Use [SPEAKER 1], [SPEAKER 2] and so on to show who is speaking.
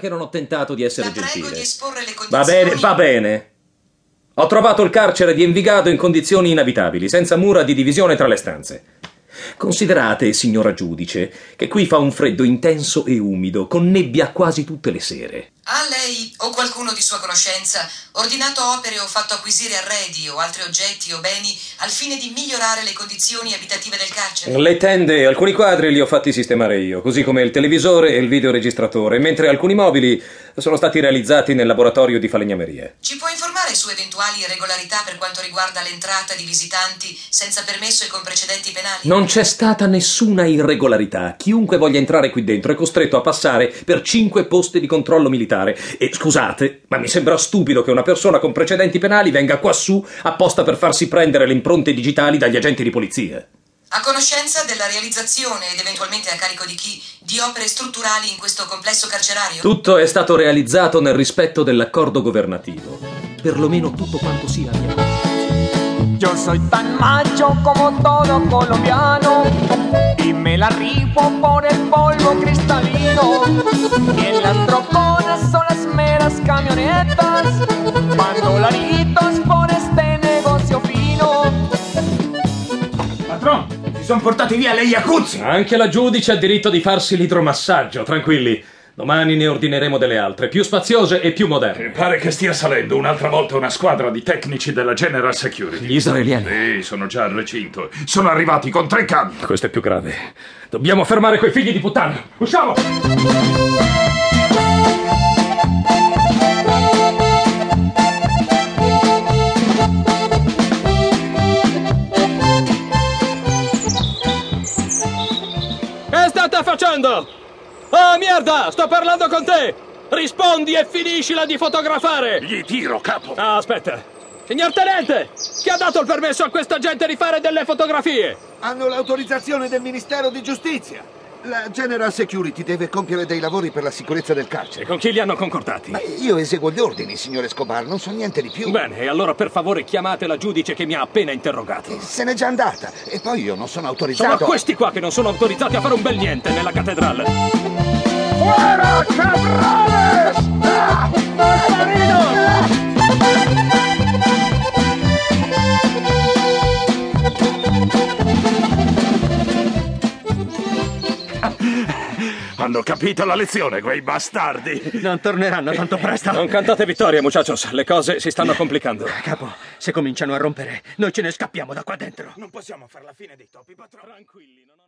[SPEAKER 1] che non ho tentato di essere
[SPEAKER 2] La prego
[SPEAKER 1] gentile.
[SPEAKER 2] di esporre le
[SPEAKER 1] Va
[SPEAKER 2] condizioni.
[SPEAKER 1] bene, va bene. Ho trovato il carcere di Envigado in condizioni inabitabili, senza mura di divisione tra le stanze. Considerate, signora giudice, che qui fa un freddo intenso e umido, con nebbia quasi tutte le sere.
[SPEAKER 2] Ha lei o qualcuno di sua conoscenza ordinato opere o fatto acquisire arredi o altri oggetti o beni al fine di migliorare le condizioni abitative del carcere?
[SPEAKER 1] Le tende e alcuni quadri li ho fatti sistemare io, così come il televisore e il videoregistratore, mentre alcuni mobili sono stati realizzati nel laboratorio di falegnameria.
[SPEAKER 2] Ci può informare su eventuali irregolarità per quanto riguarda l'entrata di visitanti senza permesso e con precedenti penali?
[SPEAKER 1] Non c'è stata nessuna irregolarità. Chiunque voglia entrare qui dentro è costretto a passare per cinque posti di controllo militare. E scusate, ma mi sembra stupido che una persona con precedenti penali venga quassù apposta per farsi prendere le impronte digitali dagli agenti di polizia.
[SPEAKER 2] A conoscenza della realizzazione ed eventualmente a carico di chi di opere strutturali in questo complesso carcerario?
[SPEAKER 1] Tutto è stato realizzato nel rispetto dell'accordo governativo. Perlomeno tutto quanto sia.
[SPEAKER 3] Yo soy tan macho como todo colombiano y me la rifo por el polvo cristalino. Y en las troconas son las meras camionetas, bandolaritos por este negocio fino.
[SPEAKER 4] Patron, si sono portati via le Yakuza!
[SPEAKER 1] Anche la giudice ha diritto di farsi l'idromassaggio, tranquilli. Domani ne ordineremo delle altre, più spaziose e più moderne.
[SPEAKER 4] E Eh, pare che stia salendo un'altra volta una squadra di tecnici della General Security.
[SPEAKER 1] Gli israeliani.
[SPEAKER 4] Sì, sono già al recinto. Sono arrivati con tre camion.
[SPEAKER 1] Questo è più grave. Dobbiamo fermare quei figli di puttana.
[SPEAKER 4] Usciamo!
[SPEAKER 5] Che state facendo? Ah, merda! Sto parlando con te! Rispondi e finiscila di fotografare!
[SPEAKER 4] Gli tiro, capo!
[SPEAKER 5] Ah, aspetta! Signor Tenente! Chi ha dato il permesso a questa gente di fare delle fotografie?
[SPEAKER 6] Hanno l'autorizzazione del Ministero di Giustizia. La General Security deve compiere dei lavori per la sicurezza del carcere.
[SPEAKER 5] Con chi li hanno concordati?
[SPEAKER 6] Ma io eseguo gli ordini, signor Escobar, non so niente di più.
[SPEAKER 5] Bene, e allora per favore chiamate la giudice che mi ha appena interrogato.
[SPEAKER 6] Se n'è già andata. E poi io non sono
[SPEAKER 5] Sono
[SPEAKER 6] autorizzato.
[SPEAKER 5] questi qua che non sono autorizzati a fare un bel niente nella cattedrale.
[SPEAKER 4] Fuera, cabrones! Hanno capito la lezione, quei bastardi!
[SPEAKER 7] Non torneranno tanto presto.
[SPEAKER 5] Non cantate vittoria, muchachos. Le cose si stanno complicando.
[SPEAKER 7] Capo, se cominciano a rompere, noi ce ne scappiamo da qua dentro.
[SPEAKER 4] Non possiamo far la fine dei topi, patrone.
[SPEAKER 5] Tranquilli, non ho...